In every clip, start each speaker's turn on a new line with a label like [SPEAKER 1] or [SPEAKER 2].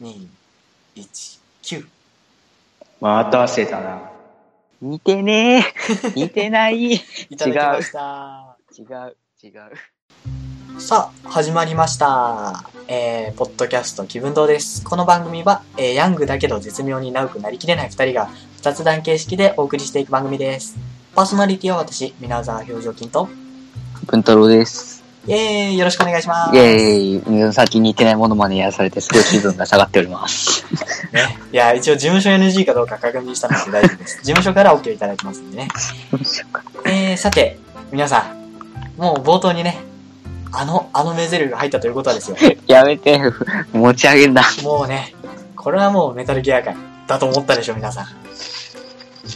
[SPEAKER 1] 二一九。
[SPEAKER 2] 待たせたな。
[SPEAKER 3] 似 てねえ。似てない。違
[SPEAKER 1] いただきました。
[SPEAKER 3] う、違う。
[SPEAKER 1] さあ、始まりました。えー、ポッドキャスト気分堂です。この番組は、えー、ヤングだけど絶妙にナウくなりきれない二人が雑談形式でお送りしていく番組です。パーソナリティは私、皆沢表情筋と、
[SPEAKER 3] 文太郎です。
[SPEAKER 1] イエーイよろしくお願いします。
[SPEAKER 3] イェーイ。さっき似てないものまねやらされて、すごい気分が下がっております。
[SPEAKER 1] ね、いや、一応事務所 NG かどうか確認したので大丈夫 です。事務所から OK いただきますんでね。えー、さて、皆さん、もう冒頭にね、あの、あのメゼルが入ったということはですよ。
[SPEAKER 3] やめて、持ち上げんな。
[SPEAKER 1] もうね、これはもうメタルギア界だと思ったでしょ、皆さん。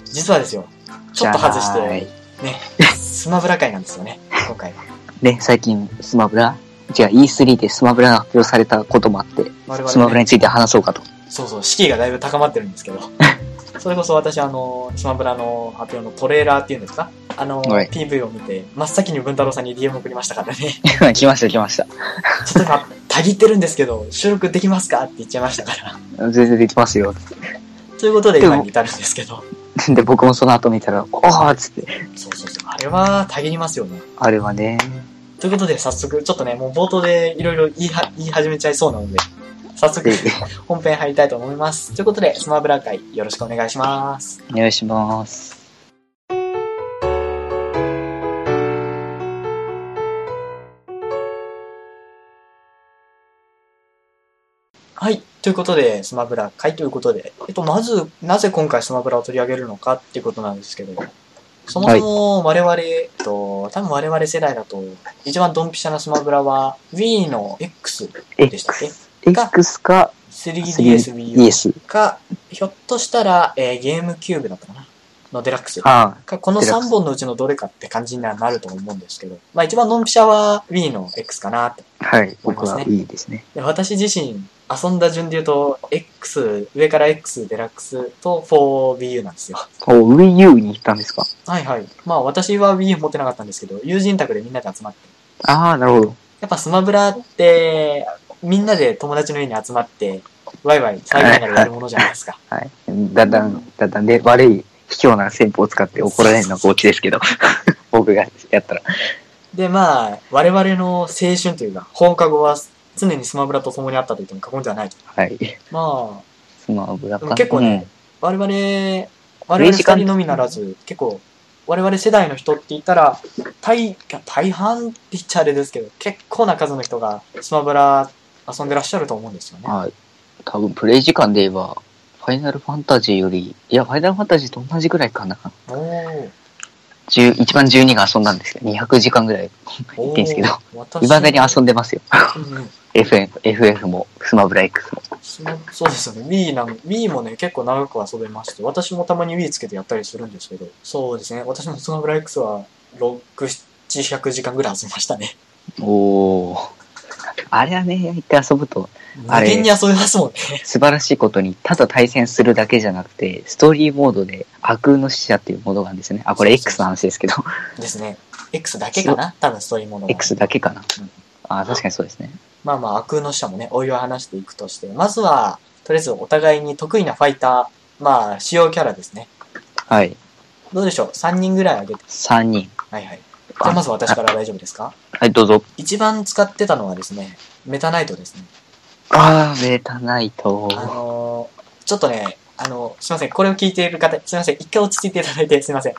[SPEAKER 1] 実はですよ、ちょっと外し
[SPEAKER 3] じゃない
[SPEAKER 1] て、ね、スマブラ界なんですよね、今回は。
[SPEAKER 3] ね、最近、スマブラ違う、E3 でスマブラが発表されたこともあって、
[SPEAKER 1] 我
[SPEAKER 3] スマ
[SPEAKER 1] 々、
[SPEAKER 3] ブラ
[SPEAKER 1] ね、
[SPEAKER 3] について話そうかと。
[SPEAKER 1] そうそう、士気がだいぶ高まってるんですけど、 それこそ私、あの、スマブラの発表のトレーラーっていうんですかあの、
[SPEAKER 3] はい
[SPEAKER 1] PV を見て、真っ先に文太郎さんに DM 送りましたからね、 ちょ
[SPEAKER 3] 来ました、来ました。
[SPEAKER 1] っと今、たぎってるんですけど、収録できますかって言っちゃいましたから。
[SPEAKER 3] 全然できますよ。
[SPEAKER 1] ということで、
[SPEAKER 3] でも
[SPEAKER 1] 今に至るんですけ ど、
[SPEAKER 3] で、僕もその後見たら、おーっつって、
[SPEAKER 1] そうそうそう、あれはたぎりますよね。
[SPEAKER 3] あれは ね、
[SPEAKER 1] ということで、早速、ちょっとね、もう冒頭でいろいろ言いは言い始めちゃいそうなので、早速
[SPEAKER 3] で、
[SPEAKER 1] 本編入りたいと思います。ということで、スマブラ会よろしくお願いします。
[SPEAKER 3] お願いします。
[SPEAKER 1] はい。ということで、スマブラ会ということで、えっと、まず、なぜ今回スマブラを取り上げるのかっていうことなんですけど、そもそも我々、えっと、多分我々世代だと、一番ドンピシャなスマブラは、Wii の X でしたっけ
[SPEAKER 3] X、X か
[SPEAKER 1] 3DS Wii
[SPEAKER 3] 3DS。
[SPEAKER 1] か、ひょっとしたら、えーゲームキューブだったかなのデラックス。
[SPEAKER 3] あ
[SPEAKER 1] かこの
[SPEAKER 3] デラック
[SPEAKER 1] 3
[SPEAKER 3] ス
[SPEAKER 1] 本のうちのどれかって感じにはなると思うんですけど、まあ一番ドンピシャは Wii の X かなと。
[SPEAKER 3] あ、はい、
[SPEAKER 1] 思い
[SPEAKER 3] 僕
[SPEAKER 1] ますね
[SPEAKER 3] は E ですね。
[SPEAKER 1] で私自身遊んだ順で言うと、X、上から X、デラックスと 4BU なんですよ。
[SPEAKER 3] お、Wii U に行ったんですか
[SPEAKER 1] はいはい。まあ私は Wii 持ってなかったんですけど、友人宅でみんなで集まって。
[SPEAKER 3] ああ、なるほど。
[SPEAKER 1] やっぱスマブラって、みんなで友達の家に集まって、ワイワイ最後までやるものじゃないですか。
[SPEAKER 3] はい。だんだん、だんだんで、悪い、卑怯な戦法を使って怒られるのがオチですけど、 僕がやったら。
[SPEAKER 1] でまあ、我々の青春というか、放課後は常にスマブラと共にあったと言っても過言ではないと。
[SPEAKER 3] はい。
[SPEAKER 1] まあ、
[SPEAKER 3] スマブラ
[SPEAKER 1] で
[SPEAKER 3] か
[SPEAKER 1] も
[SPEAKER 3] な。
[SPEAKER 1] 結構ね、我々、我々二
[SPEAKER 3] 時間
[SPEAKER 1] 人のみならず、結構、我々世代の人って言ったら、大、大半って言っちゃあれですけど、結構な数の人がスマブラ遊んでらっしゃると思うんですよ
[SPEAKER 3] う
[SPEAKER 1] ね
[SPEAKER 3] ん。。はい。多分、プレイ時間で言えば、ファイナルファンタジーより、いや、ファイナルファンタジーと同じぐらいかな。
[SPEAKER 1] おー
[SPEAKER 3] 10一番12が遊んだんですけど、200時間ぐらい。
[SPEAKER 1] おー。
[SPEAKER 3] てんすけど
[SPEAKER 1] 私
[SPEAKER 3] いまだに遊んでますよ。
[SPEAKER 1] うんうん、
[SPEAKER 3] FF, FF も、スマブラ X も。
[SPEAKER 1] そのそうですよね。Wii なん、Wii もね、結構長く遊べまして、私もたまに Wii つけてやったりするんですけど、そうですね。私もスマブラ X は、6、700時間ぐらい遊びましたね。
[SPEAKER 3] おー。あれはね、一回遊ぶと、
[SPEAKER 1] 無
[SPEAKER 3] あれ
[SPEAKER 1] 限に遊べますもんね。
[SPEAKER 3] 素晴らしいことに、ただ対戦するだけじゃなくて、ストーリーモードで、悪運の使者っていうモードがあるんですよね。あ、これ
[SPEAKER 1] そうそうそう
[SPEAKER 3] X の話ですけど、
[SPEAKER 1] ですね。X だけかな多分そういうものは
[SPEAKER 3] X だけかな。
[SPEAKER 1] うん
[SPEAKER 3] あー確かにそうですね。
[SPEAKER 1] まあまあ、悪空の下もね、おいを話していくとして、まずは、とりあえずお互いに得意なファイター、まあ、主要キャラですね。
[SPEAKER 3] はい。
[SPEAKER 1] どうでしょう ?3 人ぐらい挙げて。
[SPEAKER 3] 3人。
[SPEAKER 1] はいはい。じゃあまず私から大丈夫ですか
[SPEAKER 3] はい、どうぞ。
[SPEAKER 1] 一番使ってたのはですね、メタナイトですね。
[SPEAKER 3] あー、メタナイト。
[SPEAKER 1] あのーちょっとね、あのすいません、これを聞いている方、すいません、一回落ち着いていただいて、すいません。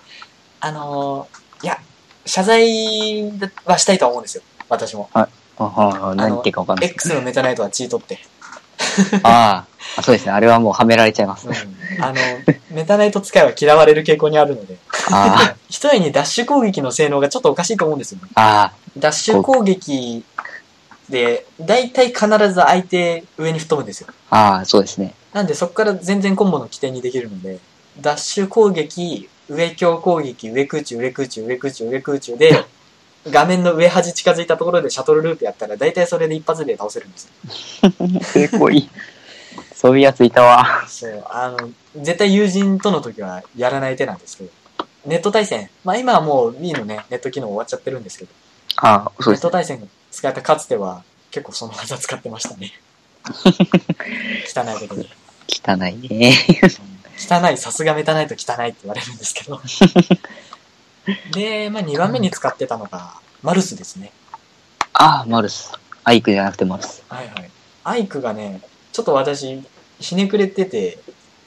[SPEAKER 1] あのーいや、謝罪はしたいとは思うんですよ。私も。
[SPEAKER 3] あはー何言ってるかわかんないですけ
[SPEAKER 1] X のメタナイトはチートって。
[SPEAKER 3] ど。あーあ、そうですね。あれはもうはめられちゃい ます。
[SPEAKER 1] うんあの、メタナイト使いは嫌われる傾向にあるので、
[SPEAKER 3] あー
[SPEAKER 1] 一重にダッシュ攻撃の性能がちょっとおかしいと思うんですよね。
[SPEAKER 3] あ
[SPEAKER 1] ダッシュ攻撃で、大体必ず相手上に吹っ飛ぶんですよ。
[SPEAKER 3] ー、あー、そうですね。
[SPEAKER 1] なんでそこから全然コンボの起点にできるので、ダッシュ攻撃、上強攻撃、上空中、上空中、上空中、上空中で、画面の上端近づいたところでシャトルループやったら、大体それで一発で倒せるんですよ。
[SPEAKER 3] すごい。 そういうやついたわ。
[SPEAKER 1] そう、あの、絶対友人との時はやらない手なんですけど、ネット対戦、まあ今はもう Wii のね、ネット機能終わっちゃってるんですけど、
[SPEAKER 3] あー、そう
[SPEAKER 1] ネッ
[SPEAKER 3] です
[SPEAKER 1] ト
[SPEAKER 3] ね。
[SPEAKER 1] 対戦が使えたかつては、結構その技使ってましたね。汚いことで。
[SPEAKER 3] 汚いね。
[SPEAKER 1] 汚い、さすがメタないと汚いって言われるんですけど。で、まあ、2番目に使ってたのが、マルスですね。
[SPEAKER 3] ああ、マルス。アイクじゃなくてマルス。
[SPEAKER 1] はいはい。アイクがね、ちょっと私、ひねくれてて、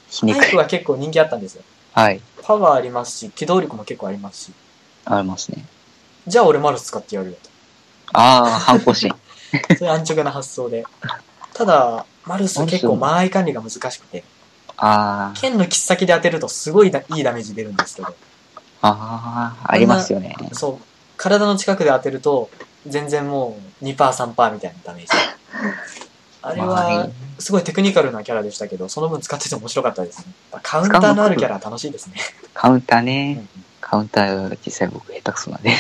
[SPEAKER 3] ひね
[SPEAKER 1] アイ
[SPEAKER 3] く
[SPEAKER 1] ク
[SPEAKER 3] れ。
[SPEAKER 1] は結構人気あったんですよ。
[SPEAKER 3] はい。
[SPEAKER 1] パワーありますし、機動力も結構ありますし。
[SPEAKER 3] ありますね。
[SPEAKER 1] じゃあ俺マルス使ってやるよ
[SPEAKER 3] ああ、反 抗心。
[SPEAKER 1] と。そういう安直な発想で。ただ、マルス結構間合い管理が難しくて、
[SPEAKER 3] ああ、
[SPEAKER 1] 剣の切っ先で当てるとすごいだいいダメージ出るんですけど、
[SPEAKER 3] ああ、ありますよね。
[SPEAKER 1] そう、体の近くで当てると、全然もう2%、3%みたいなダメージ。あれ
[SPEAKER 3] まあ
[SPEAKER 1] は、すごいテクニカルなキャラでしたけど、その分使ってて面白かったですね。カウンターのあるキャラは楽しい ですね。
[SPEAKER 3] カウンター
[SPEAKER 1] う
[SPEAKER 3] ね。
[SPEAKER 1] ん
[SPEAKER 3] カウンター、実際僕下手くそなんで。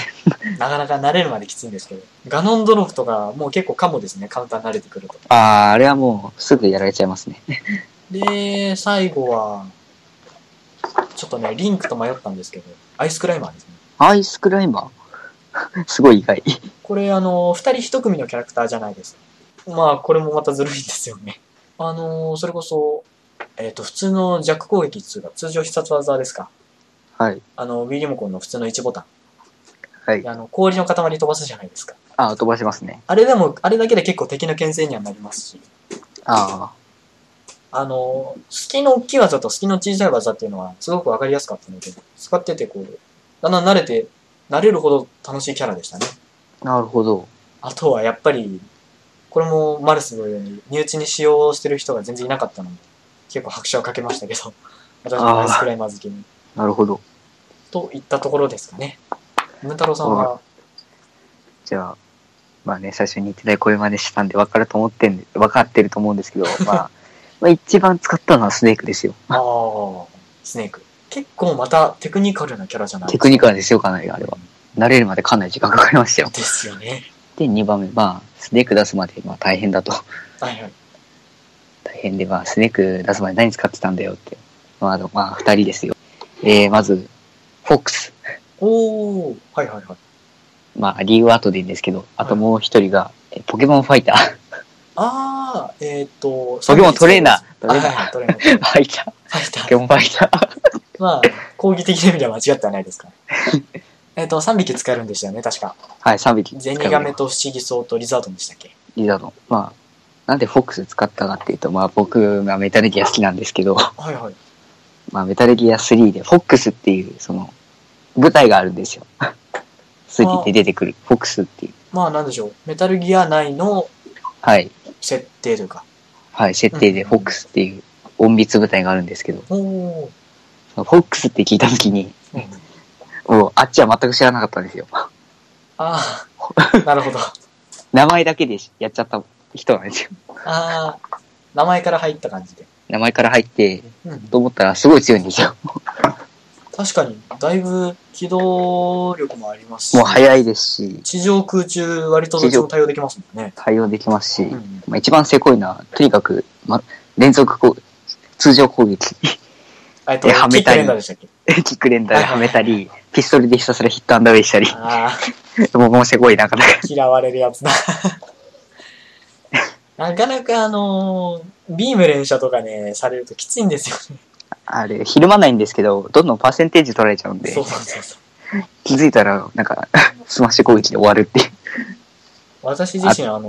[SPEAKER 1] なかなか慣れるまできついんですけど、ガノンドロフとか、もう結構カモですね、カウンター慣れてくると。
[SPEAKER 3] ああ、あれはもうすぐやられちゃいますね。
[SPEAKER 1] で、最後は、ちょっとね、リンクと迷ったんですけど、アイスクライマーですね。
[SPEAKER 3] アイスクライマー すごい意外。
[SPEAKER 1] これ、あの、二人一組のキャラクターじゃないですか。まあ、これもまたずるいんですよね。 あの、それこそ、えっ、と、普通の弱攻撃っていうか、通常必殺技ですか。
[SPEAKER 3] はい。
[SPEAKER 1] あの、Wii リモコンの普通の1ボタン。
[SPEAKER 3] はい
[SPEAKER 1] で。あの、氷の塊飛ばすじゃないですか。
[SPEAKER 3] ああ、飛ばしますね。
[SPEAKER 1] あれでも、あれだけで結構敵の牽制にはなりますし、
[SPEAKER 3] あ
[SPEAKER 1] あの、隙の大きい技と隙の小さい技っていうのはすごくわかりやすかったので、使っててこう、だんだん慣れて、慣れるほど楽しいキャラでしたね。
[SPEAKER 3] あ、なるほど。
[SPEAKER 1] あとはやっぱり、これもマルスのように身内に使用してる人が全然いなかったので、結構拍手をかけましたけ ど、私もアイスクライマー好きに。
[SPEAKER 3] なるほど。
[SPEAKER 1] といったところですかね。ム太郎さんは、
[SPEAKER 3] じゃあ、まあね、最初に言ってた声真似したんで分かると思ってんで、分かってると思うんですけど、ま あ、まあ一番使ったのはスネークですよ。
[SPEAKER 1] ああ、スネーク。結構またテクニカルなキャラじゃない
[SPEAKER 3] テクニカルですよ、かなりあれは。慣れるまでかなり時間かかりましたよ。
[SPEAKER 1] ですよね。
[SPEAKER 3] で、2番目、まあ、スネーク出すまで、まあ大変だと。
[SPEAKER 1] はいはい。
[SPEAKER 3] 大変で、まあ、スネーク出す前に何使ってたんだよって。まあ、あのまあ、二人ですよ。えー、まず、フォックス。
[SPEAKER 1] おー、はいはいはい。
[SPEAKER 3] まあ、理由は後でいいんですけど、あともう一人が、えーポケモンファイター。
[SPEAKER 1] あー、えーっ、と、
[SPEAKER 3] ポケモントレーナー。ト
[SPEAKER 1] は
[SPEAKER 3] レ
[SPEAKER 1] い
[SPEAKER 3] ーナ
[SPEAKER 1] は
[SPEAKER 3] ー。
[SPEAKER 1] い、トレーナー。
[SPEAKER 3] ファイター。
[SPEAKER 1] ファイタ
[SPEAKER 3] ポケ
[SPEAKER 1] ー。
[SPEAKER 3] モンファイター。
[SPEAKER 1] まあ、攻撃的な意味では間違ってはないですから。 えっと、3匹使えるんでしたよね、確か。
[SPEAKER 3] はい、3匹。
[SPEAKER 1] ゼニガメと不思議草とリザードンでしたっけ
[SPEAKER 3] リザード。まあ、なんでフォックス使ったかっていうと、まあ僕がメタルギア好きなんですけど、
[SPEAKER 1] はいはい。
[SPEAKER 3] まあメタルギア3でフォックスっていう、その、舞台があるんですよ。3で出てくる、フォックスっていう。
[SPEAKER 1] まあ、なんでしょう。メタルギア内の
[SPEAKER 3] はい。
[SPEAKER 1] 設定というか。
[SPEAKER 3] はい、設定でフォックスっていう、隠密舞台があるんですけど、
[SPEAKER 1] おー。
[SPEAKER 3] そのフォックスって聞いたときに、
[SPEAKER 1] うん、
[SPEAKER 3] もうあっちは全く知らなかったんですよ。
[SPEAKER 1] あ あ、なるほど。あ
[SPEAKER 3] 名前だけでやっちゃった人なんですよ。
[SPEAKER 1] あー、名前から入った感じで。
[SPEAKER 3] 名前から入って、
[SPEAKER 1] うん、
[SPEAKER 3] と思ったらすごい強いんですよ。
[SPEAKER 1] 確かに、だいぶ機動力もありますし、
[SPEAKER 3] もう早いですし、
[SPEAKER 1] 地上空中割とどっちも対応できますもんね。
[SPEAKER 3] 対応できますし、
[SPEAKER 1] うん、
[SPEAKER 3] まあ、一番せこいのは、とにかく、ま、連続こう、通常攻撃、
[SPEAKER 1] えっと、
[SPEAKER 3] え
[SPEAKER 1] キ
[SPEAKER 3] は
[SPEAKER 1] ッ
[SPEAKER 3] め
[SPEAKER 1] ク
[SPEAKER 3] たい
[SPEAKER 1] レンダーでしたっけ
[SPEAKER 3] キックレンダーではめたり、ピストルでひたすらヒットアンダーウェイしたり、
[SPEAKER 1] ああ。
[SPEAKER 3] もうもうせこいなかなか。
[SPEAKER 1] 嫌われるやつ だ。なかなかあのービーム連射とかね、されるときついんですよね。
[SPEAKER 3] あれ、ひるまないんですけど、どんどんパーセンテージ取られちゃうんで
[SPEAKER 1] そ、うそうそうそう。
[SPEAKER 3] 気づいたら、なんか、 スマッシュ攻撃で終わるっていう。
[SPEAKER 1] 私自身あの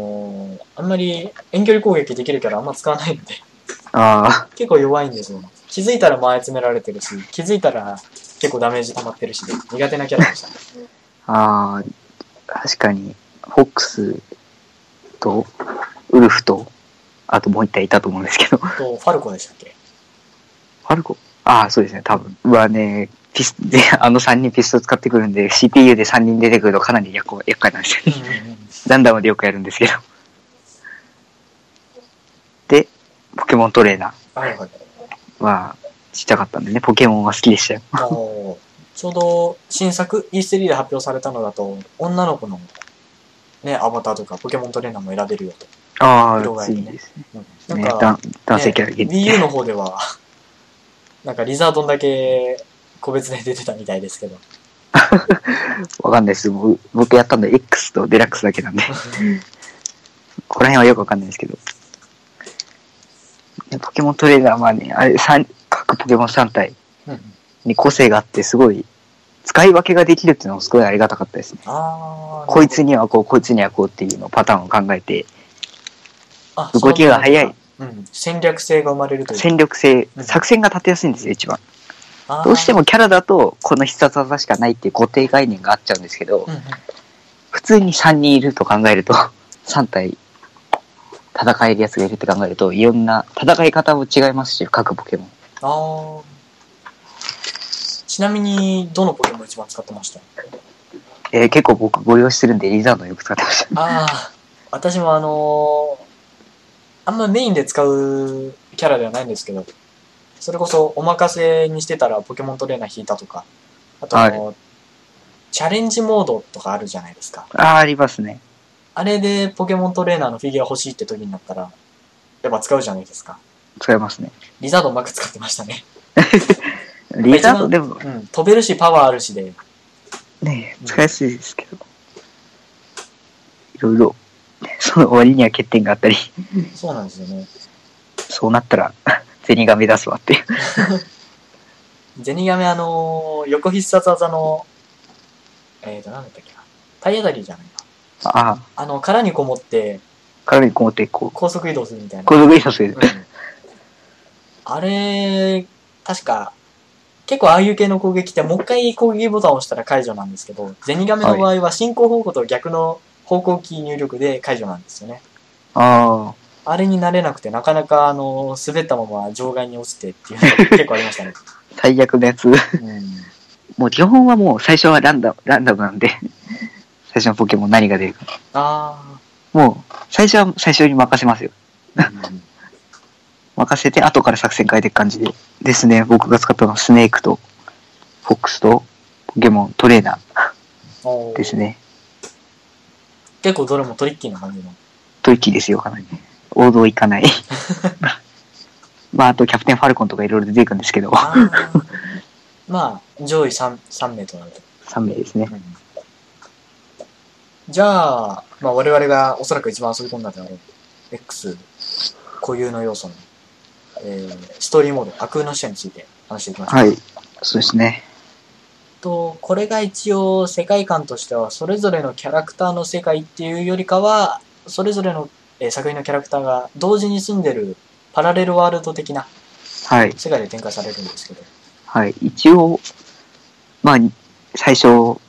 [SPEAKER 1] ーあんまり遠距離攻撃できるキャラあんま使わないので、
[SPEAKER 3] ああ、
[SPEAKER 1] 結構弱いんですよ。気づいたら前詰められてるし、気づいたら結構ダメージ溜まってるしで、苦手なキャラでした。
[SPEAKER 3] ああ、確かに、フォックスと、ウルフと、あともう一体いたと思うんですけど、フ
[SPEAKER 1] あと、ファルコでしたっけ
[SPEAKER 3] ァルコああ、そうですね、多分。はね、ピス、で、あの3人ピストル使ってくるんで、CPU で3人出てくるとかなり厄厄介なんですよね。ランダムでよくやるんですけど。で、ポケモントレーナ
[SPEAKER 1] はいはい。
[SPEAKER 3] ーはちっちゃかったんでね、ポケモンは好きでしたよ。
[SPEAKER 1] あのーちょうど新作 E3 で発表されたのだと、女の子のね、アバターとかポケモントレーナーも選べるよと。
[SPEAKER 3] あ
[SPEAKER 1] 色が
[SPEAKER 3] あ、
[SPEAKER 1] い
[SPEAKER 3] い
[SPEAKER 1] いね
[SPEAKER 3] いですね。
[SPEAKER 1] なん
[SPEAKER 3] ね
[SPEAKER 1] か、
[SPEAKER 3] 男男性キャラ
[SPEAKER 1] ね
[SPEAKER 3] 限
[SPEAKER 1] Wii U
[SPEAKER 3] 定。
[SPEAKER 1] の方では、なんかリザードンだけ個別で出てたみたいですけど。
[SPEAKER 3] わかんないです。僕僕やっ たんで X とデラックスだけなんで。ここら辺はよくわかんないですけど。ポケモントレーナーはね、あれ、三各ポケモン3体
[SPEAKER 1] うんうん。
[SPEAKER 3] に個性があって、すごい、使い分けができるっていうのもすごいありがたかったですね。
[SPEAKER 1] あー
[SPEAKER 3] こいつにはこう、こいつにはこうっていうのをパターンを考えて、
[SPEAKER 1] あ
[SPEAKER 3] 動きが早い。
[SPEAKER 1] そうなんだうん。戦略性が生まれるという
[SPEAKER 3] 戦略性
[SPEAKER 1] う、ん
[SPEAKER 3] 作戦が立てやすいんですよ、一番。
[SPEAKER 1] あー
[SPEAKER 3] どうしてもキャラだと、この必殺技しかないっていう固定概念があっちゃうんですけど
[SPEAKER 1] うん、うん
[SPEAKER 3] 普通に3人いると考えると、3体、戦えるやつがいるって考えると、いろんな戦い方も違いますし、各ポケモン。
[SPEAKER 1] ああ。ちなみに、どのポケモン一番使ってました
[SPEAKER 3] えー結構僕ご利用してるんで、リザードンよく使ってました。
[SPEAKER 1] ああ、私もあのーあんまメインで使うキャラではないんですけど、それこそお任せにしてたらポケモントレーナー引いたとか、あと、
[SPEAKER 3] は
[SPEAKER 1] チャレンジモードとかあるじゃないですか。
[SPEAKER 3] ああ、ありますね。
[SPEAKER 1] あれでポケモントレーナーのフィギュア欲しいって時になったら、やっぱ使うじゃないですか。
[SPEAKER 3] 使えますね。
[SPEAKER 1] リザードうまく使ってましたね。
[SPEAKER 3] リザードンでも
[SPEAKER 1] うん、飛べるしパワーあるしで、
[SPEAKER 3] ね、使いやすいですけど。いろいろ、その割には欠点があったり、
[SPEAKER 1] そうなんですよね。
[SPEAKER 3] そうなったら、 銭が目立つわっていう。
[SPEAKER 1] ゼニガメあのー横必殺技の、えーと、なんだったっけな。体当たりじゃないな。
[SPEAKER 3] ああ、
[SPEAKER 1] あの、殻にこもって
[SPEAKER 3] 体にこもって、こう、
[SPEAKER 1] 高速移動するみたいな。
[SPEAKER 3] 高速印刷で
[SPEAKER 1] うん、あれ、確か、結構ああいう系の攻撃ってもう一回攻撃ボタンを押したら解除なんですけど、ゼニガメの場合は進行方向と逆の方向キー入力で解除なんですよね。
[SPEAKER 3] ああ、
[SPEAKER 1] あれになれなくて、なかなか、あのー滑ったまま場外に落ちてっていうのが結構ありましたね。
[SPEAKER 3] 最悪のやつ。
[SPEAKER 1] うん
[SPEAKER 3] もう基本はもう最初はランダム、ランダムなんで、 最初のポケモン何が出るか。
[SPEAKER 1] あ
[SPEAKER 3] もう、最初は最初に任せますよ。
[SPEAKER 1] ー、 うん
[SPEAKER 3] 任せて、後から作戦変えていく感じで。ですね、僕が使ったのはスネークと、フォックスと、ポケモントレーナ
[SPEAKER 1] お
[SPEAKER 3] ー
[SPEAKER 1] ー
[SPEAKER 3] ですね。
[SPEAKER 1] 結構どれもトリッキーな感じの。
[SPEAKER 3] トリッキーですよ、かなり。王道いか ない。まあ、あとキャプテンファルコンとかいろいろ出ていくんですけど、
[SPEAKER 1] あーまあ、上位 3, 三名となると。
[SPEAKER 3] 3名ですね。
[SPEAKER 1] じゃあ、まあ、我々がおそらく一番遊び込んだであろう、X 固有の要素の、えーストーリーモード、悪空の視野について話していきましょう。
[SPEAKER 3] はい。そうですね。
[SPEAKER 1] と、これが一応世界観としては、それぞれのキャラクターの世界っていうよりかは、それぞれの、えー作品のキャラクターが同時に住んでるパラレルワールド的な
[SPEAKER 3] はい。
[SPEAKER 1] 世界で展開されるんですけど、
[SPEAKER 3] はい。一応、まあ、最初、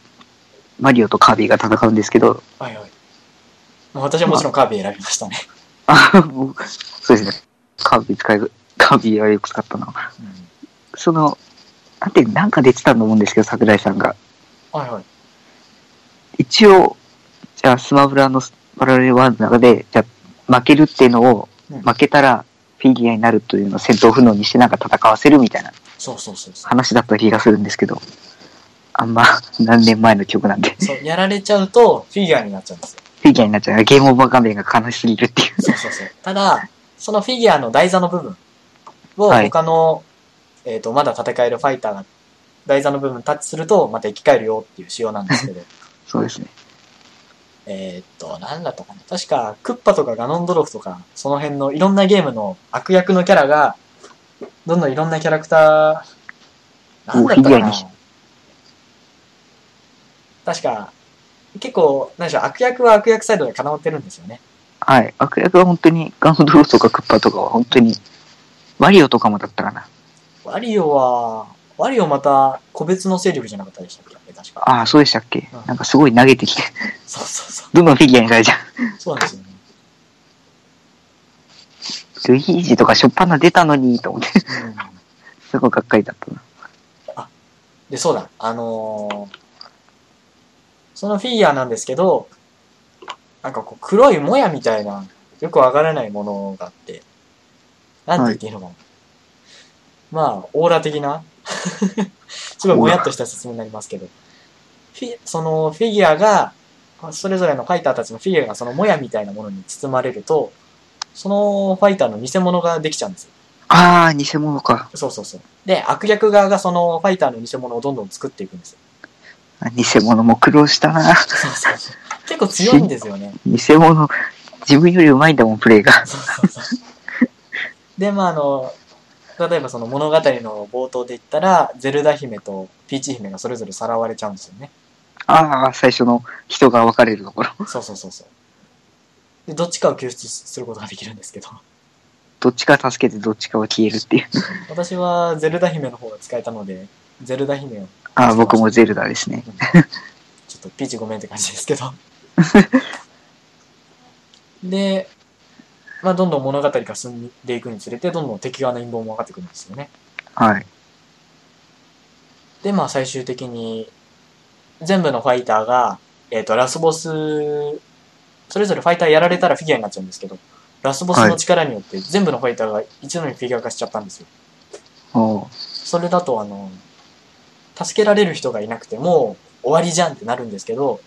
[SPEAKER 3] マリオとカービィが戦うんですけど、
[SPEAKER 1] はいはい。まあ、私はもちろんカービィ選びましたね。
[SPEAKER 3] あ僕そうですね。カービィ使い、カービィはよく使ったな。その、なんて、なんか出てたと思うんですけど、桜井さんが。
[SPEAKER 1] はいはい。
[SPEAKER 3] 一応、じゃあ、スマブラのパラレルワールドの中で、じゃあ、負けるっていうのを、
[SPEAKER 1] うん
[SPEAKER 3] 負けたらフィギュアになるというのを戦闘不能にしてなんか戦わせるみたいな
[SPEAKER 1] そうそうそうそ
[SPEAKER 3] 話だった気がするんですけど、あんま 何年前の曲なんで、
[SPEAKER 1] う。そう、やられちゃうと、フィギュアになっちゃうんですよ。
[SPEAKER 3] フィギュアになっちゃう。ゲームオーバー画面が悲しすぎるっていう。
[SPEAKER 1] そうそうそう。ただ、そのフィギュアの台座の部分を
[SPEAKER 3] はい
[SPEAKER 1] 他の、えっ、と、まだ戦えるファイターが台座の部分タッチすると、また生き返るよっていう仕様なんですけど、
[SPEAKER 3] そうですね。
[SPEAKER 1] えっと、なんだったかな。確か、クッパとかガノンドロフとか、その辺のいろんなゲームの悪役のキャラが、どんどんいろんなキャラクター、なんだった
[SPEAKER 3] おフィギ
[SPEAKER 1] か
[SPEAKER 3] ュア
[SPEAKER 1] な
[SPEAKER 3] にし。
[SPEAKER 1] 確か、結構、何でしょう、悪役は悪役サイドで固まってるんですよね。
[SPEAKER 3] はい。悪役は本当に、ガンドローとかクッパとかは本当に、ワリオとかもだったかな。
[SPEAKER 1] ワリオは、ワリオまた個別の勢力じゃなかったでしたっけ確か。
[SPEAKER 3] ああ、そうでしたっけ
[SPEAKER 1] うん
[SPEAKER 3] なんかすごい投げてき て、
[SPEAKER 1] そうそうそ
[SPEAKER 3] どんどんフィギュアにされちゃう。
[SPEAKER 1] う。そうなんですよね。
[SPEAKER 3] ルイージとかしょっぱな出たのに、と思って。
[SPEAKER 1] うん
[SPEAKER 3] すごいがっかりだったな。
[SPEAKER 1] で、そうだ、あのーそのフィギュアなんですけど、なんかこう黒いもやみたいな、よくわからないものがあって、なんて言っていいのかな。まあ、オーラ的な、 すごいもやっとした説明になりますけど、フィそのフィギュアが、それぞれのファイターたちのフィギュアがそのもやみたいなものに包まれると、そのファイターの偽物ができちゃうんですよ
[SPEAKER 3] ああ、偽物か。
[SPEAKER 1] そうそうそう。で、悪役側がそのファイターの偽物をどんどん作っていくんですよ。
[SPEAKER 3] あ偽物も苦労したな。
[SPEAKER 1] そうそうそう。結構強いんですよね。
[SPEAKER 3] 偽物、自分より上手いんだもん、プレイが。
[SPEAKER 1] そうそうそう。で、まあ、あの、例えばその物語の冒頭で言ったら、ゼルダ姫とピーチ姫がそれぞれさらわれちゃうんですよね。
[SPEAKER 3] ああ、最初の人が分かれるところ。
[SPEAKER 1] そうそうそうそう。で、どっちかを救出することができるんですけど、
[SPEAKER 3] どっちか助けてどっちかは消えるっていう。
[SPEAKER 1] 私はゼルダ姫の方が使えたので、ゼルダ姫を、
[SPEAKER 3] ああ、僕もゼルダですね。
[SPEAKER 1] ちょっとピーチごめんって感じですけ ど。で、まあ、どんどん物語が進んでいくにつれて、どんどん敵側の陰謀も分かってくるんですよね。
[SPEAKER 3] はい。
[SPEAKER 1] で、まあ、最終的に、全部のファイターが、えっ、と、ラスボス、それぞれファイターやられたらフィギュアになっちゃうんですけど、ラスボスの力によって全部のファイターが一度にフィギュア化しちゃったんですよ。
[SPEAKER 3] おう
[SPEAKER 1] それだと、あの、助けられる人がいなくてもう終わりじゃんってなるんですけど、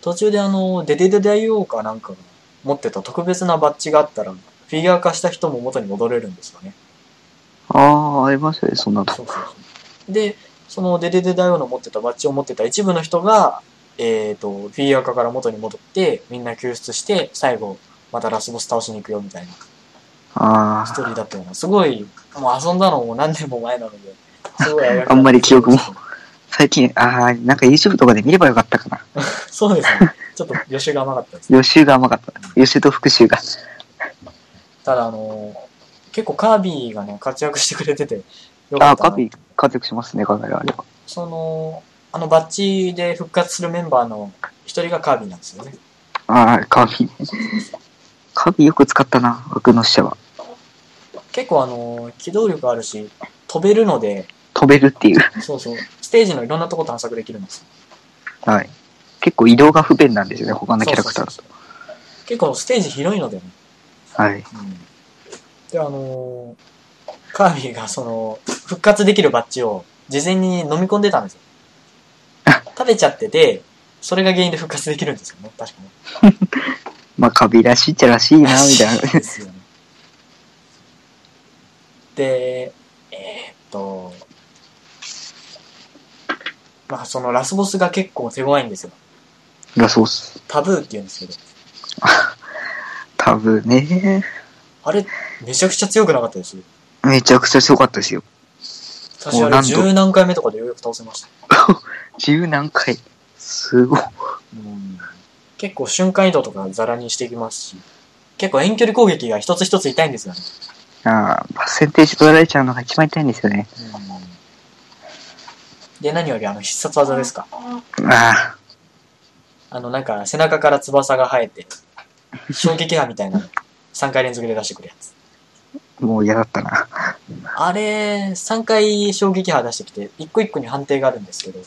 [SPEAKER 1] 途中であの、デデデ大王かなんかが持ってた特別なバッジがあったら、フィギュア化した人も元に戻れるんですよね。
[SPEAKER 3] ああ、ありますよね、そんな
[SPEAKER 1] そ
[SPEAKER 3] と
[SPEAKER 1] う。そうそうで、そのデデデ大王の持ってたバッジを持ってた一部の人が、えっ、と、フィギュア化から元に戻って、みんな救出して、最後、またラスボス倒しに行くよみたいな
[SPEAKER 3] あ
[SPEAKER 1] スト
[SPEAKER 3] あ、
[SPEAKER 1] ーリーだったような、すごい、もう遊んだのも何年も前なので、すごい危うくなってきて
[SPEAKER 3] あんまり記憶も最近、ああ、なんか YouTube とかで見ればよかったかな。
[SPEAKER 1] そうですね。ちょっと予習が甘かったです。
[SPEAKER 3] 予習が甘かった。予習と復習が。
[SPEAKER 1] ただ、あのー結構カービィがね、活躍してくれてて、よ
[SPEAKER 3] あ
[SPEAKER 1] か
[SPEAKER 3] あ、
[SPEAKER 1] ったな
[SPEAKER 3] カピ活躍しますね、考えられれば。
[SPEAKER 1] その、あのバッジで復活するメンバーの一人がカービィなんですよね。
[SPEAKER 3] ああ、カピ。カピよく使ったな、悪の使者は。
[SPEAKER 1] 結構あのー機動力あるし、飛べるので、
[SPEAKER 3] 飛べるっていう。
[SPEAKER 1] そうそう、ステージのいろんなとこ探索できるんですよ。
[SPEAKER 3] はい。結構移動が不便なんですよね、他のキャラクターだ
[SPEAKER 1] そ
[SPEAKER 3] と
[SPEAKER 1] う。そうそう結構ステージ広いのでね。
[SPEAKER 3] はい。
[SPEAKER 1] うんで、あのーカービィがその、復活できるバッジを事前に飲み込んでたん ですよ。食べちゃってて、それが原因で復活できるんですよね、確かに。
[SPEAKER 3] まあ、カビらしいっちゃらしいな、みたいな。
[SPEAKER 1] ですよね。 で、えーっと、まあそのラスボスが結構手強いんですよ。
[SPEAKER 3] ラソース。
[SPEAKER 1] タブーって言うんですけど、
[SPEAKER 3] 多分ね。
[SPEAKER 1] あれ、めちゃくちゃ強くなかったです。
[SPEAKER 3] めちゃくちゃ強かったですよ。
[SPEAKER 1] 私あ
[SPEAKER 3] お
[SPEAKER 1] れ
[SPEAKER 3] なんと
[SPEAKER 1] 十何回目とかでようやく倒せました。
[SPEAKER 3] 十何回。すごい。
[SPEAKER 1] うん結構瞬間移動とかザラにしていきますし、結構遠距離攻撃が一つ一つ痛いんですよね。
[SPEAKER 3] ああ、パーセンテージ取られちゃうのが一番痛いんですよね。
[SPEAKER 1] で、何よりあの必殺技ですか。
[SPEAKER 3] あ
[SPEAKER 1] あの、なんか、背中から翼が生えて、衝撃波みたいなの、3回連続で出してくるやつ。
[SPEAKER 3] あ、もう嫌だったな。
[SPEAKER 1] あれ、3回衝撃波出してきて、一個一個に判定があるんですけど、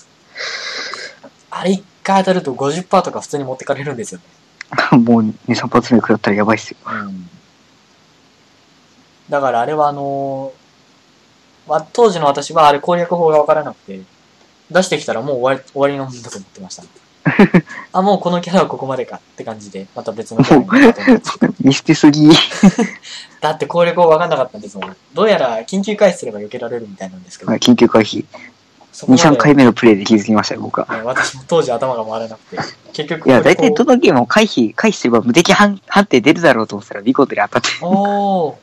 [SPEAKER 1] あれ1回当たると50%とか普通に持ってかれるんですよね。
[SPEAKER 3] もう2、3発目食らったらやばいっすよ。
[SPEAKER 1] だからあれはあのーまあ、当時の私はあれ攻略法がわからなくて、出してきたらもう終わり終わりのもんだと思ってました。あ、もうこのキャラはここまでかって感じで、また別のキャラに行こうと思って
[SPEAKER 3] 見捨てすぎ。
[SPEAKER 1] だって攻略法わかんなかったんですもん。どうやら緊急回避すれば避けられるみたいなんですけど、
[SPEAKER 3] はい緊急回避。
[SPEAKER 1] そこ
[SPEAKER 3] 2、
[SPEAKER 1] まで
[SPEAKER 3] 3回目のプレイで気づきましたよ、僕は。
[SPEAKER 1] ね私も当時頭が回らなくて、結局
[SPEAKER 3] いや、大体
[SPEAKER 1] 攻
[SPEAKER 3] どのゲームも回避、回避すれば無敵判判定出るだろうと思ったら見事に当たって、
[SPEAKER 1] 略法おー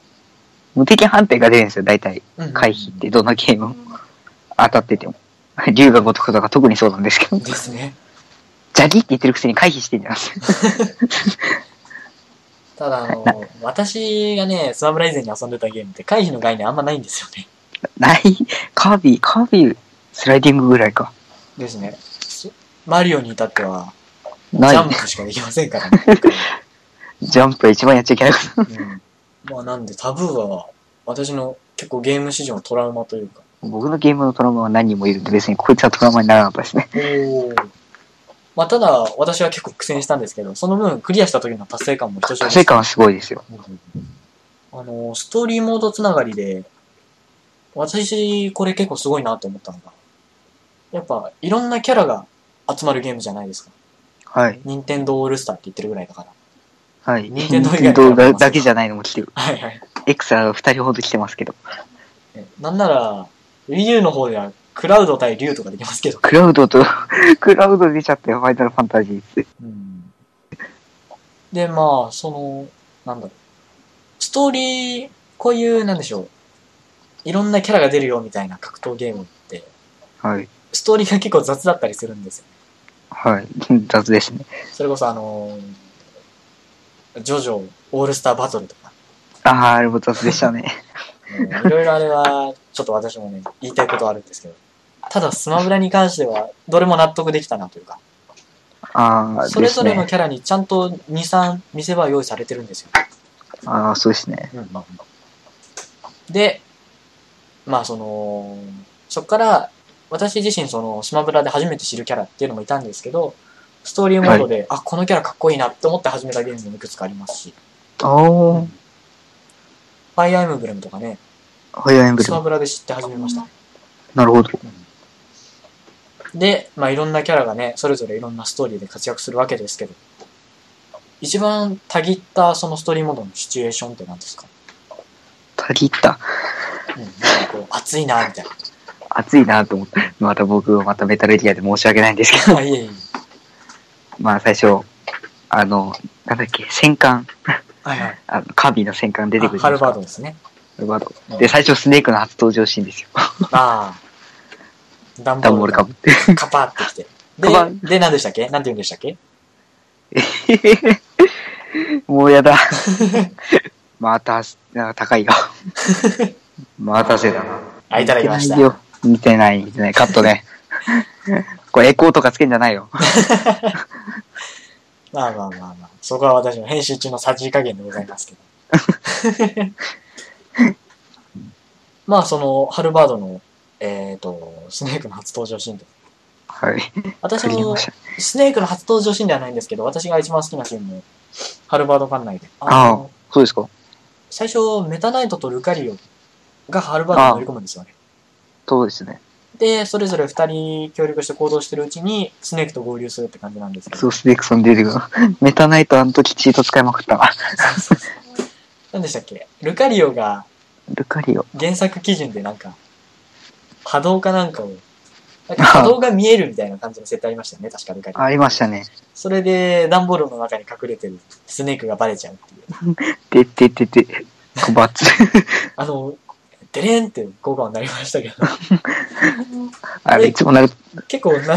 [SPEAKER 3] 無敵判定が出るんですよ、大体。
[SPEAKER 1] うんうん
[SPEAKER 3] 回避ってどのゲームも当たってても。竜が如くとか特にそうなんですけど、
[SPEAKER 1] ですね。
[SPEAKER 3] ジャギって言ってるくせに回避してんじゃないですか。
[SPEAKER 1] ただ、あの、私がね、スマブラ以前に遊んでたゲームって回避の概念あんまないんですよね。
[SPEAKER 3] ない、カービィ、カービィ、スライディングぐらいか。
[SPEAKER 1] ですね。そマリオに至っては、ジ
[SPEAKER 3] な
[SPEAKER 1] ャン
[SPEAKER 3] い
[SPEAKER 1] プ。しかできませんからね。
[SPEAKER 3] ジャンプは一番やっちゃいけないこと。
[SPEAKER 1] うんまあ、なんでタブーは、私の結構ゲーム史上のトラウマというか。
[SPEAKER 3] 僕のゲームのトラウマは何人もいるんで別にこいつはトラウマにならなかったですね。
[SPEAKER 1] おまあ、ただ、私は結構苦戦したんですけど、その分、クリアした時の達成感も一緒
[SPEAKER 3] 達成感はすごいですよ。
[SPEAKER 1] あの、ストーリーモードつながりで、私、これ結構すごいなと思ったのが、やっぱ、いろんなキャラが集まるゲームじゃないですか。
[SPEAKER 3] はい。
[SPEAKER 1] 任天堂オールスターって言ってるぐらいだから。
[SPEAKER 3] はい。
[SPEAKER 1] 任天
[SPEAKER 3] 任
[SPEAKER 1] 堂以外
[SPEAKER 3] 天堂だだけじゃないのも来てる。
[SPEAKER 1] はいはい。
[SPEAKER 3] X は2人ほど来てますけど。
[SPEAKER 1] なんなら、Wii U の方では、クラウド対竜とかできますけど。
[SPEAKER 3] クラウドと、 クラウド出ちゃったよ、ファイナルファンタジーって。
[SPEAKER 1] で、まあ、その、なんだろう。ストーリー、こういう、なんでしょう、いろんなキャラが出るよみたいな格闘ゲームって、
[SPEAKER 3] はい。
[SPEAKER 1] ストーリーが結構雑だったりするんですよ。
[SPEAKER 3] はい。雑ですね。
[SPEAKER 1] それこそあのージョジョオールスターバトルとか、
[SPEAKER 3] ああ、あれも雑でし たね。
[SPEAKER 1] あのいろいろあれは、ちょっと私もね、言いたいことはあるんですけど、ただスマブラに関しては、どれも納得できたなというか、
[SPEAKER 3] ああ、
[SPEAKER 1] それ
[SPEAKER 3] です
[SPEAKER 1] ぞれの
[SPEAKER 3] ね。
[SPEAKER 1] キャラにちゃんと2、3見せ場用意されてるんですよ。
[SPEAKER 3] ああ、そうですね。
[SPEAKER 1] で、まあその、そっから、私自身その、島村で初めて知るキャラっていうのもいたんですけど、ストーリーモードで、あ、このキャラかっこいいなって思って始めたゲームもいくつかありますし、
[SPEAKER 3] おー、
[SPEAKER 1] ファイアーエムブレムとかね、
[SPEAKER 3] ファイアーエンブレ
[SPEAKER 1] スマ
[SPEAKER 3] ム。
[SPEAKER 1] ブラで知って始めました。
[SPEAKER 3] なるほど。
[SPEAKER 1] で、まあいろんなキャラがね、それぞれいろんなストーリーで活躍するわけですけど、一番たぎったそのストーリーモードのシチュエーションって何ですか
[SPEAKER 3] たぎった。
[SPEAKER 1] うん、なんかこう、熱いな、みたいな。
[SPEAKER 3] 熱いなと思って。また僕、またメタルギアで申し訳ないんですけど。
[SPEAKER 1] あ、いえいえ。
[SPEAKER 3] まあ、最初、あの、なんだっけ、戦艦。
[SPEAKER 1] はいはい。
[SPEAKER 3] あのカービィの戦艦出てくる
[SPEAKER 1] あ
[SPEAKER 3] じゃ
[SPEAKER 1] ハ
[SPEAKER 3] ない
[SPEAKER 1] ル
[SPEAKER 3] ですか
[SPEAKER 1] バードですね。
[SPEAKER 3] ハルバード。で、最初、スネークの初登場シーンですよ。
[SPEAKER 1] ああ。ダン
[SPEAKER 3] ダンボールか
[SPEAKER 1] が
[SPEAKER 3] ぶって。
[SPEAKER 1] カパーってきて。で
[SPEAKER 3] カパー、
[SPEAKER 1] で、何でしたっけ何て言うんでしたっけ
[SPEAKER 3] もうやだ。 また、あ高い よ。待たせだな。
[SPEAKER 1] あ、いただきました。
[SPEAKER 3] 見てないよ。見てない、見てない。カット ね。これエコーとかつけんじゃないよ。
[SPEAKER 1] まあまあまあまあ。そこは私の編集中のさじ加減でございますけど。 まあ、その、ハルバードの、えっ、と、スネークの初登場シーンと。
[SPEAKER 3] はい。
[SPEAKER 1] 私
[SPEAKER 3] 借り
[SPEAKER 1] も
[SPEAKER 3] ま、した。
[SPEAKER 1] スネークの初登場シーンではないんですけど、私が一番好きなシーンも、ハルバード館内で。
[SPEAKER 3] ああ
[SPEAKER 1] の、
[SPEAKER 3] そうですか
[SPEAKER 1] 最初、メタナイトとルカリオがハルバードに乗り込むんですよね。
[SPEAKER 3] そうですね。
[SPEAKER 1] で、それぞれ二人協力して行動してるうちに、スネークと合流するって感じなんですけど。
[SPEAKER 3] そう、スネークさん出てくる。メタナイトあの時チート使いまくったな。
[SPEAKER 1] 何でしたっけルカリオが
[SPEAKER 3] ルカリオ。
[SPEAKER 1] 原作基準でなんか、波動かなんかを、なんか波動が見えるみたいな感じの設定ありましたよね、確かルカリオ。
[SPEAKER 3] ありましたね。
[SPEAKER 1] それで、段ボールの中に隠れてるスネークがバレちゃうっていう。
[SPEAKER 3] てってってて。小罰。
[SPEAKER 1] あの、デレンって効果音になりました けど、
[SPEAKER 3] あれ、いつもなる、
[SPEAKER 1] 結構な、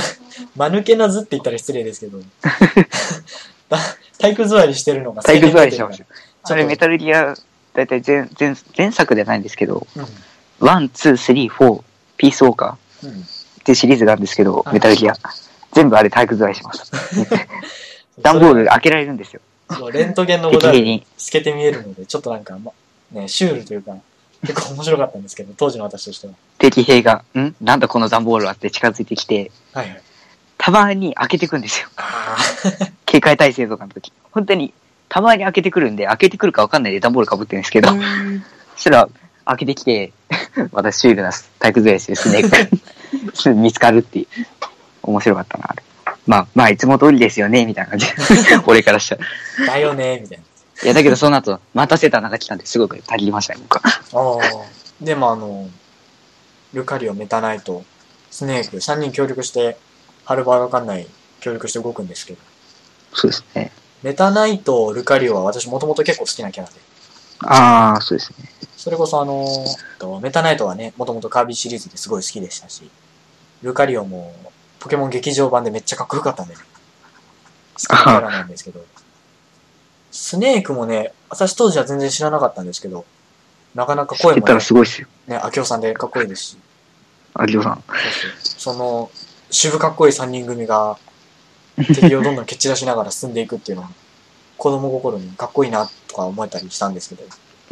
[SPEAKER 1] 間抜けな図って言ったら失礼ですけ ど、 だ体育座りしてるのが
[SPEAKER 3] 体育座りしてまし
[SPEAKER 1] ちょ
[SPEAKER 3] た。そ
[SPEAKER 1] っと
[SPEAKER 3] れメタルギア、だいたい全、全、前作ではないんですけど、
[SPEAKER 1] うん
[SPEAKER 3] ワン、ツー、スリー、フォー、ピースウォーカー。
[SPEAKER 1] うん
[SPEAKER 3] ってシリーズがあるんですけど
[SPEAKER 1] は、い
[SPEAKER 3] メタルギア。全部あれ体育座り します。段ボール開けられるんですよ。
[SPEAKER 1] そうレントゲンのボ
[SPEAKER 3] 適
[SPEAKER 1] タ
[SPEAKER 3] 宜
[SPEAKER 1] ン
[SPEAKER 3] に。
[SPEAKER 1] 透けて見えるので、ちょっとなんか、ま、ね、シュールというか、結構面白かったんですけど、当時の私としては。
[SPEAKER 3] 敵兵が、んなんだこの段ボールはって近づいてきて、
[SPEAKER 1] はいはい。
[SPEAKER 3] たまに開けてくんですよ。
[SPEAKER 1] あ
[SPEAKER 3] 警戒態勢とかの時。本当に、たまに開けてくるんで、開けてくるかわかんないで段ボール被ってるんですけど、
[SPEAKER 1] あ。
[SPEAKER 3] そしたら、開けてきて、 またシュールな体育座りしてスネーク 見つかるっていう。面白かったな、あれ。まあ、まあ、いつも通りですよね、みたいな感じ。 俺からしたら。
[SPEAKER 1] だよね、みたい
[SPEAKER 3] いや、だけどその後、待たせた中来たんですごく足りましたね、僕は。
[SPEAKER 1] な。ああ。でもあの、ルカリオ、メタナイト、スネーク、3人協力して、ハルバーガ館内協力して動くんですけど、
[SPEAKER 3] そうですね。
[SPEAKER 1] メタナイト、ルカリオは私もともと結構好きなキャラで、
[SPEAKER 3] ああ、そうですね。
[SPEAKER 1] それこそあの、えっとメタナイトはね、もともとカービィシリーズですごい好きでしたし、ルカリオもポケモン劇場版でめっちゃかっこよかったんで、ね、好きなキャラなんですけど、スネークもね、私当時は全然知らなかったんですけど、なかなか声
[SPEAKER 3] 言っ
[SPEAKER 1] も
[SPEAKER 3] た
[SPEAKER 1] ね
[SPEAKER 3] ら、すごいですよ。
[SPEAKER 1] ね、明夫さんでかっこいいですし、
[SPEAKER 3] あきおさん。
[SPEAKER 1] そうそうその、渋かっこいい3人組が敵をどんどん蹴散らしながら進んでいくっていうのは、子供心にかっこいいなとか思えたりしたんですけど、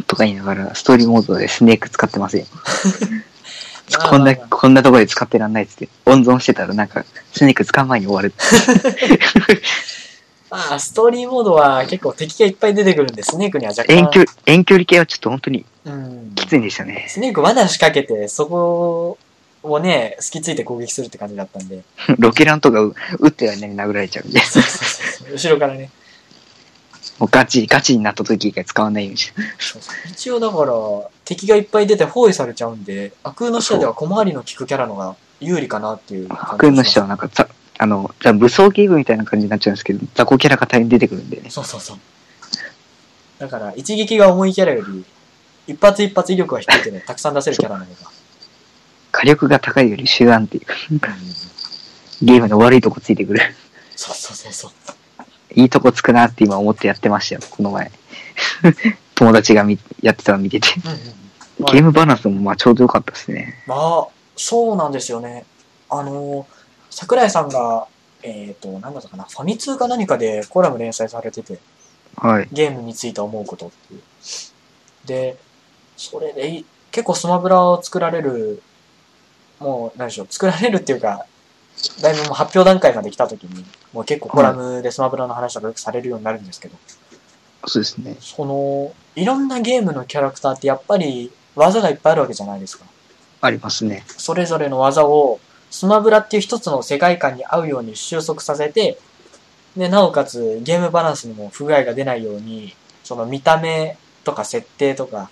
[SPEAKER 3] とか言いながら、ストーリーモードでスネーク使ってません。
[SPEAKER 1] あ
[SPEAKER 3] こんな、こんなところで使ってらんないっつって。温存してたら、なんか、スネーク使う前に終 わる。
[SPEAKER 1] まあ、ストーリーモードは結構敵がいっぱい出てくるんで、スネークには若干。
[SPEAKER 3] 遠距離、遠距離系はちょっと本当に
[SPEAKER 1] うん。
[SPEAKER 3] きついんですよね。
[SPEAKER 1] スネーク罠仕掛けて、そこをね、隙ついて攻撃するって感じだった んで。
[SPEAKER 3] ロケランとかう撃ってる間に殴られちゃうんで。
[SPEAKER 1] そうそうそう。後ろからね。
[SPEAKER 3] もうガチ、ガチになった時以外使わないようにして。
[SPEAKER 1] そうそう一応だから、敵がいっぱい出て包囲されちゃうんで、悪運の下では小回りの利くキャラのが有利かなっていう感じがします。
[SPEAKER 3] 白雲の人はなんか、ざあの、じゃあ武装ゲームみたいな感じになっちゃうんですけど、雑魚キャラが大変出てくるんでね。
[SPEAKER 1] そうそうそう。だから、一撃が重いキャラより、一発一発威力が低くてね、たくさん出せるキャラの方が。
[SPEAKER 3] 火力が高いより集団っていう。
[SPEAKER 1] うん
[SPEAKER 3] ゲームの悪いとこついてくる。
[SPEAKER 1] そうそうそうそう。
[SPEAKER 3] いいとこつくなって今思ってやってましたよ、この前。 友達がみやってたの見てて。
[SPEAKER 1] うんうんうんまあ
[SPEAKER 3] ゲームバランスもまあちょうどよかったですね。
[SPEAKER 1] まあ、そうなんですよね。あのー、桜井さんが、えっ、と、なんだったかな、ファミ通か何かでコラム連載されてて、
[SPEAKER 3] はい。
[SPEAKER 1] ゲームについて思うことっていう。で、それでい、結構スマブラを作られる、もう、何でしょう、作られるっていうか、だいぶもう発表段階まで来た時に、もう結構コラムでスマブラの話とかよくされるようになるんですけど、
[SPEAKER 3] そうですね。
[SPEAKER 1] その、いろんなゲームのキャラクターってやっぱり技がいっぱいあるわけじゃないですか。
[SPEAKER 3] ありますね。
[SPEAKER 1] それぞれの技をスマブラっていう一つの世界観に合うように収束させてでなおかつゲームバランスにも不具合が出ないようにその見た目とか設定とか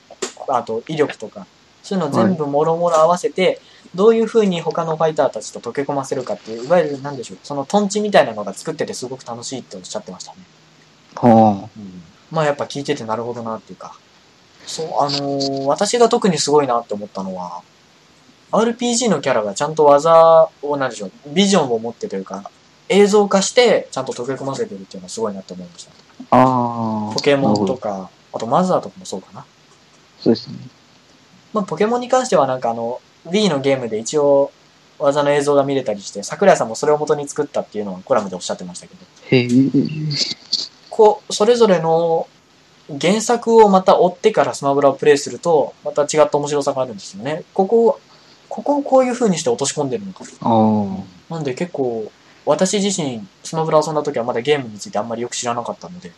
[SPEAKER 1] あと威力とかそういうの全部もろもろ合わせて、どういう風に他のファイターたちと溶け込ませるかっていういわゆる何でしょうそのトンチみたいなのが作っててすごく楽しいっておっしゃってましたね。
[SPEAKER 3] ほ
[SPEAKER 1] まあやっぱ聞いててなるほどなっていうか。そう、あのー私が特にすごいなって思ったのは、RPG のキャラがちゃんと技を、なんでしょう、ビジョンを持ってというか、映像化してちゃんと溶け込ませてるっていうのはすごいなって思いました。
[SPEAKER 3] う。ああ。
[SPEAKER 1] ポケモン
[SPEAKER 3] なるほ
[SPEAKER 1] と
[SPEAKER 3] ど
[SPEAKER 1] か、あとマザーとかもそうかな。
[SPEAKER 3] そうですね。
[SPEAKER 1] まあポケモンに関してはなんかあの、Wii のゲームで一応技の映像が見れたりして、桜井さんもそれを元に作ったっていうのはコラムでおっしゃってましたけど。
[SPEAKER 3] へえ。
[SPEAKER 1] こう、それぞれの原作をまた追ってからスマブラをプレイすると、また違った面白さがあるんですよね。ここを、ここをこういう風にして落とし込んでるのか。
[SPEAKER 3] ああ。
[SPEAKER 1] なんで結構、私自身、スマブラを遊んだ時はまだゲームについてあんまりよく知らなかったので、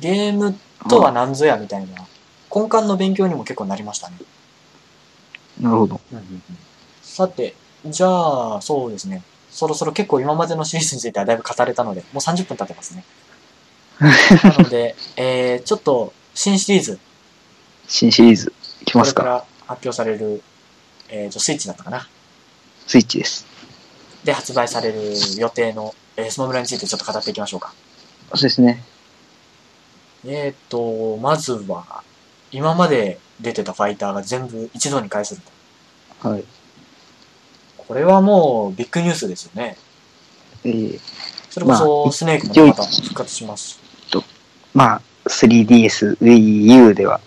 [SPEAKER 1] ゲームとは何ぞやみたいな、根幹の勉強にも結構なりましたね。
[SPEAKER 3] なるほど。
[SPEAKER 1] さて、じゃあ、そうですね。そろそろ結構今までのシリーズについてはだいぶ語れたので、もう30分経ってますね。なので、えー、ちょっと、新シリーズ、
[SPEAKER 3] 新シリーズ、いき
[SPEAKER 1] こ
[SPEAKER 3] ま
[SPEAKER 1] れ
[SPEAKER 3] す
[SPEAKER 1] か
[SPEAKER 3] か。
[SPEAKER 1] ら発表される、えー、とスイッチだったかな。
[SPEAKER 3] スイッチです。
[SPEAKER 1] で、発売される予定の、えー、スマブラについてちょっと語っていきましょうか。
[SPEAKER 3] そうですね。
[SPEAKER 1] えーと、まずは、今まで出てたファイターが全部一度に返すると。
[SPEAKER 3] はい。
[SPEAKER 1] これはもうビッグニュースですよね。
[SPEAKER 3] えー、
[SPEAKER 1] それこ
[SPEAKER 3] ま
[SPEAKER 1] そ、
[SPEAKER 3] あ
[SPEAKER 1] スネークも
[SPEAKER 3] 一応
[SPEAKER 1] また復活しますし。
[SPEAKER 3] まあ、3DS、Wii U では、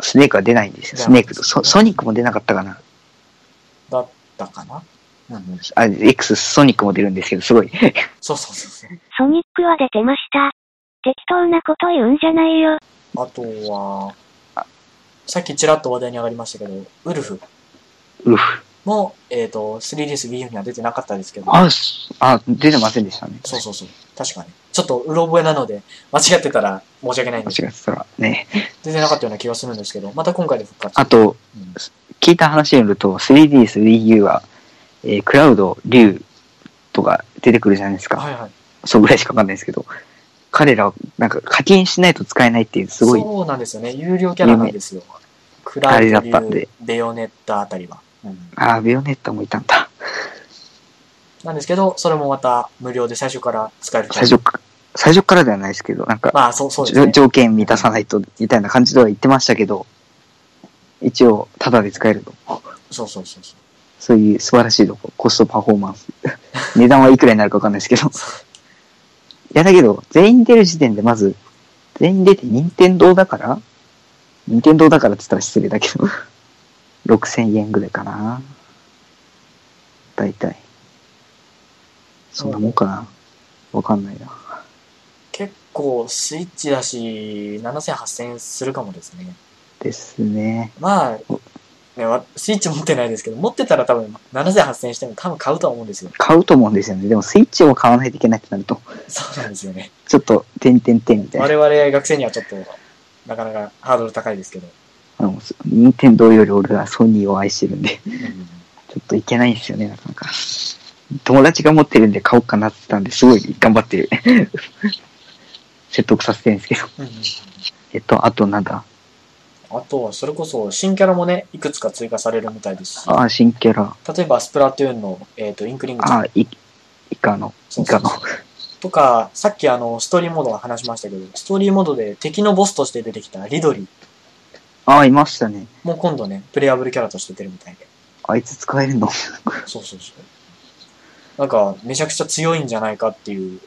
[SPEAKER 3] スネークは出ないんですよ。
[SPEAKER 1] 出
[SPEAKER 3] ス
[SPEAKER 1] な
[SPEAKER 3] ネ
[SPEAKER 1] い
[SPEAKER 3] ークとソ、ソニックも出なかったかな。
[SPEAKER 1] だったかな、うんうん、
[SPEAKER 3] あ、X、ソニックも出るんですけど、すごい。
[SPEAKER 1] そうそうそうそう。
[SPEAKER 4] ソニックは出てました。適当なこと言うんじゃないよ。
[SPEAKER 1] あとは、さっきちらっと話題に上がりましたけど、ウルフ
[SPEAKER 3] ウフ。
[SPEAKER 1] も、えっ、と、3DS Wii U には出てなかったですけど、
[SPEAKER 3] あ、すあ、出てませんでしたね。
[SPEAKER 1] そうそうそう。確かに。ちょっとうろ覚えなので、間違ってたら申し訳ないんで、
[SPEAKER 3] 間違ってたらね。
[SPEAKER 1] 出てなかったような気がするんですけど、また今回で復活。
[SPEAKER 3] あと、
[SPEAKER 1] うん
[SPEAKER 3] 聞いた話によると、3DS、Wii U は、えークラウド、リュウとか出てくるじゃないですか。
[SPEAKER 1] はいはい。
[SPEAKER 3] そうぐらいしかわかんないですけど、彼らは、なんか課金しないと使えないっていう、すごい、
[SPEAKER 1] そうなんですよね。有料キャラなんですよ。クラ
[SPEAKER 3] あ
[SPEAKER 1] ウ
[SPEAKER 3] れだ
[SPEAKER 1] ド
[SPEAKER 3] ったんで
[SPEAKER 1] リュウベヨネッタあたりは。うん
[SPEAKER 3] あー、ベヨネッタもいたんだ。
[SPEAKER 1] なんですけど、それもまた無料で最初から使えるキャ
[SPEAKER 3] 最
[SPEAKER 1] ラ
[SPEAKER 3] 初か、最初からではないですけど、なんか、
[SPEAKER 1] まあ、そう、そうです
[SPEAKER 3] じょ
[SPEAKER 1] ね。
[SPEAKER 3] 条件満たさないと、みたいな感じでは言ってましたけど、一応、タダで使えると。
[SPEAKER 1] そうそうそうそう。
[SPEAKER 3] そういう素晴らしいとこ、コストパフォーマンス。 値段はいくらになるかわかんないですけど。いや、だけど、全員出る時点でまず、全員出て任天堂だから任天堂だからって言ったら失礼だけど、6000円ぐらいかな。だいたい。そんなもんかな。わかんないな。
[SPEAKER 1] 結構スイッチだし、7000、8000円するかもですね。
[SPEAKER 3] ですね。
[SPEAKER 1] まあ、ね、わスイッチ持ってないですけど、持ってたら多分7000、8000円しても多分買うとは思うんですよ。
[SPEAKER 3] 買うと思うんですよね。でもスイッチを買わないといけないってなると、
[SPEAKER 1] そうなんですよね。
[SPEAKER 3] ちょっと、てんてんてんみたいな
[SPEAKER 1] 我。々学生にはちょっと、なかなかハードル高いですけど。
[SPEAKER 3] あの、任天堂より俺はソニーを愛してるんで、ち
[SPEAKER 1] うん
[SPEAKER 3] ょっといけないんですよね、なかなか。友達が持ってるんで買おうかなって言ったんですごい頑張ってる。 説得させてるんですけど。
[SPEAKER 1] うんうん
[SPEAKER 3] えっと、あとなんだ
[SPEAKER 1] あとは、それこそ新キャラもね、いくつか追加されるみたいですし、
[SPEAKER 3] ああ、新キャラ。
[SPEAKER 1] 例えばスプラトゥーンの、えっとインクリングちゃん
[SPEAKER 3] ああ、い、イカの、
[SPEAKER 1] そ
[SPEAKER 3] イ
[SPEAKER 1] うそ
[SPEAKER 3] カ
[SPEAKER 1] うそ
[SPEAKER 3] の
[SPEAKER 1] う。とか、さっきあの、ストーリーモードの話しましたけど、ストーリーモードで敵のボスとして出てきたリドリー
[SPEAKER 3] ああ、いましたね。
[SPEAKER 1] もう今度ね、プレイアブルキャラとして出るみたいで。
[SPEAKER 3] あいつ使えるの
[SPEAKER 1] そうそうそう。なんか、めちゃくちゃ強いんじゃないかっていう、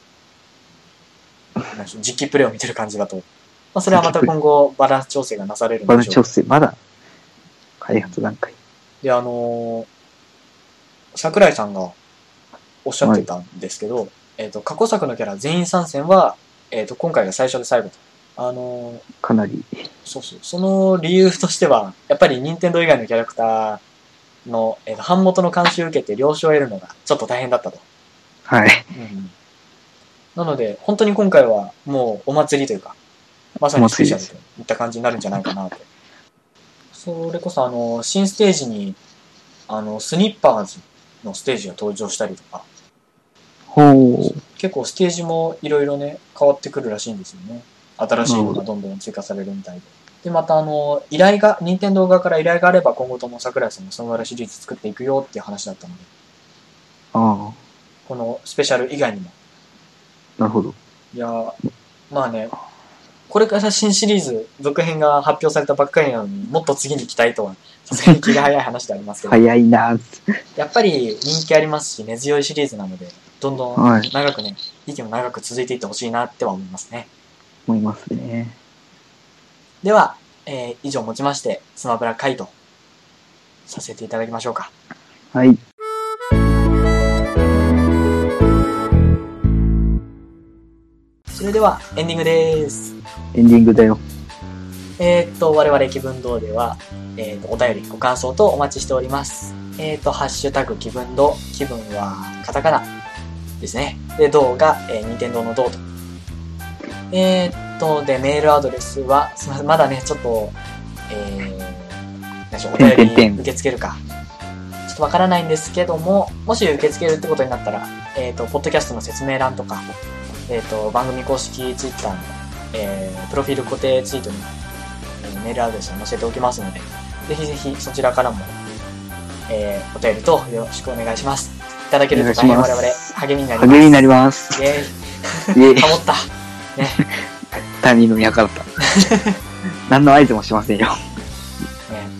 [SPEAKER 1] なんでしょう実機プレイを見てる感じだと。まあ、それはまた今後バランス調整がなされるんで
[SPEAKER 3] バル
[SPEAKER 1] しょ
[SPEAKER 3] 調
[SPEAKER 1] う。
[SPEAKER 3] 整、まだ開発段階。
[SPEAKER 1] で、あのー桜井さんがおっしゃってたんですけど、えっ、と、過去作のキャラ全員参戦は、えっ、と、今回が最初で最後と。あのー
[SPEAKER 3] かなり。
[SPEAKER 1] そうそう。その理由としては、やっぱり任天堂以外のキャラクターの、えっと版元の監修を受けて了承を得るのがちょっと大変だったと。
[SPEAKER 3] はい。
[SPEAKER 1] なので、本当に今回はもうお祭りというか、まさにスペシャルといった感じになるんじゃないかなと。それこそ、あの、新ステージに、あの、スニッパーズのステージが登場したりとか、
[SPEAKER 3] ほう。
[SPEAKER 1] 結構ステージもいろいろね、変わってくるらしいんですよね。新しいものがどんどん追加されるみたいで。で、またあの、依頼が、任天堂側から依頼があれば今後とも桜井さんのその村シリーズ作っていくよっていう話だったので、
[SPEAKER 3] あ
[SPEAKER 1] このスペシャル以外にも。
[SPEAKER 3] あ、なるほど。
[SPEAKER 1] いやー、まあね、これから新シリーズ、続編が発表されたばっかりなのにもっと次に期待とは、さすがに気が早い話でありますけど、
[SPEAKER 3] 早いなーって
[SPEAKER 1] やっぱり人気ありますし、根強いシリーズなので、どんどん
[SPEAKER 3] はい
[SPEAKER 1] 長くね、息も長く続いていってほしいなっては思いますね。
[SPEAKER 3] 思いますね。
[SPEAKER 1] では、えー以上をもちまして、スマブラ回答させていただきましょうか。
[SPEAKER 3] はい。
[SPEAKER 1] それでは、エンディングです。
[SPEAKER 3] エンディングだよ。
[SPEAKER 1] えーっと、我々気分堂では、えーっと、お便り、ご感想とお待ちしております。えーっと、ハッシュタグ気分堂、気分はカタカナですね。で、堂が、えー、任天堂の堂と。えーっと、で、メールアドレスは、すみません、まだね、ちょっと、えー、何でしょう、お
[SPEAKER 3] てんてんて
[SPEAKER 1] 便
[SPEAKER 3] ん
[SPEAKER 1] り受け付けるか、ちょっとわからないんですけども、もし受け付けるってことになったら、えーっと、ポッドキャストの説明欄とか、えーっと、番組公式ツイッターの、えー、プロフィール固定ツイートにえーメールアドレスを載せておきますので、ぜひぜひそちらからも、えーお便りとよろしくお願いします。いただけると大変
[SPEAKER 3] お願い
[SPEAKER 1] 我
[SPEAKER 3] し
[SPEAKER 1] 々
[SPEAKER 3] ます
[SPEAKER 1] 励みになります。
[SPEAKER 3] 励みになりま す。
[SPEAKER 1] イェ
[SPEAKER 3] いえ
[SPEAKER 1] ーイ、、ハモった。
[SPEAKER 3] 他人の役だった。何の合図もしませんよ。
[SPEAKER 1] ね、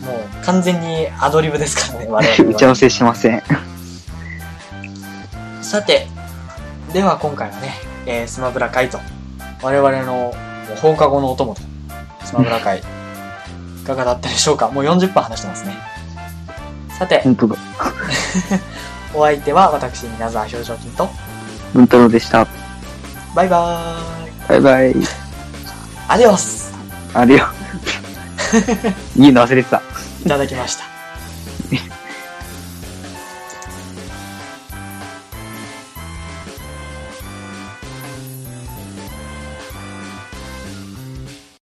[SPEAKER 1] もう完全にアドリブですからね、我々
[SPEAKER 3] 打ち合わ
[SPEAKER 1] は。
[SPEAKER 3] せしません。
[SPEAKER 1] さて、では今回はね、えースマブラ会と、我々の放課後のお供と、スマブラ会、いかがだったでしょうかもう40分話してますね。さて、
[SPEAKER 3] 本当だ。
[SPEAKER 1] お相手は私、皆沢表情筋と、
[SPEAKER 3] 文太郎でした。
[SPEAKER 1] バイバーイ
[SPEAKER 3] バイバイ。
[SPEAKER 1] アディオス
[SPEAKER 3] あれよ。言うの忘れてた。
[SPEAKER 1] いただきました。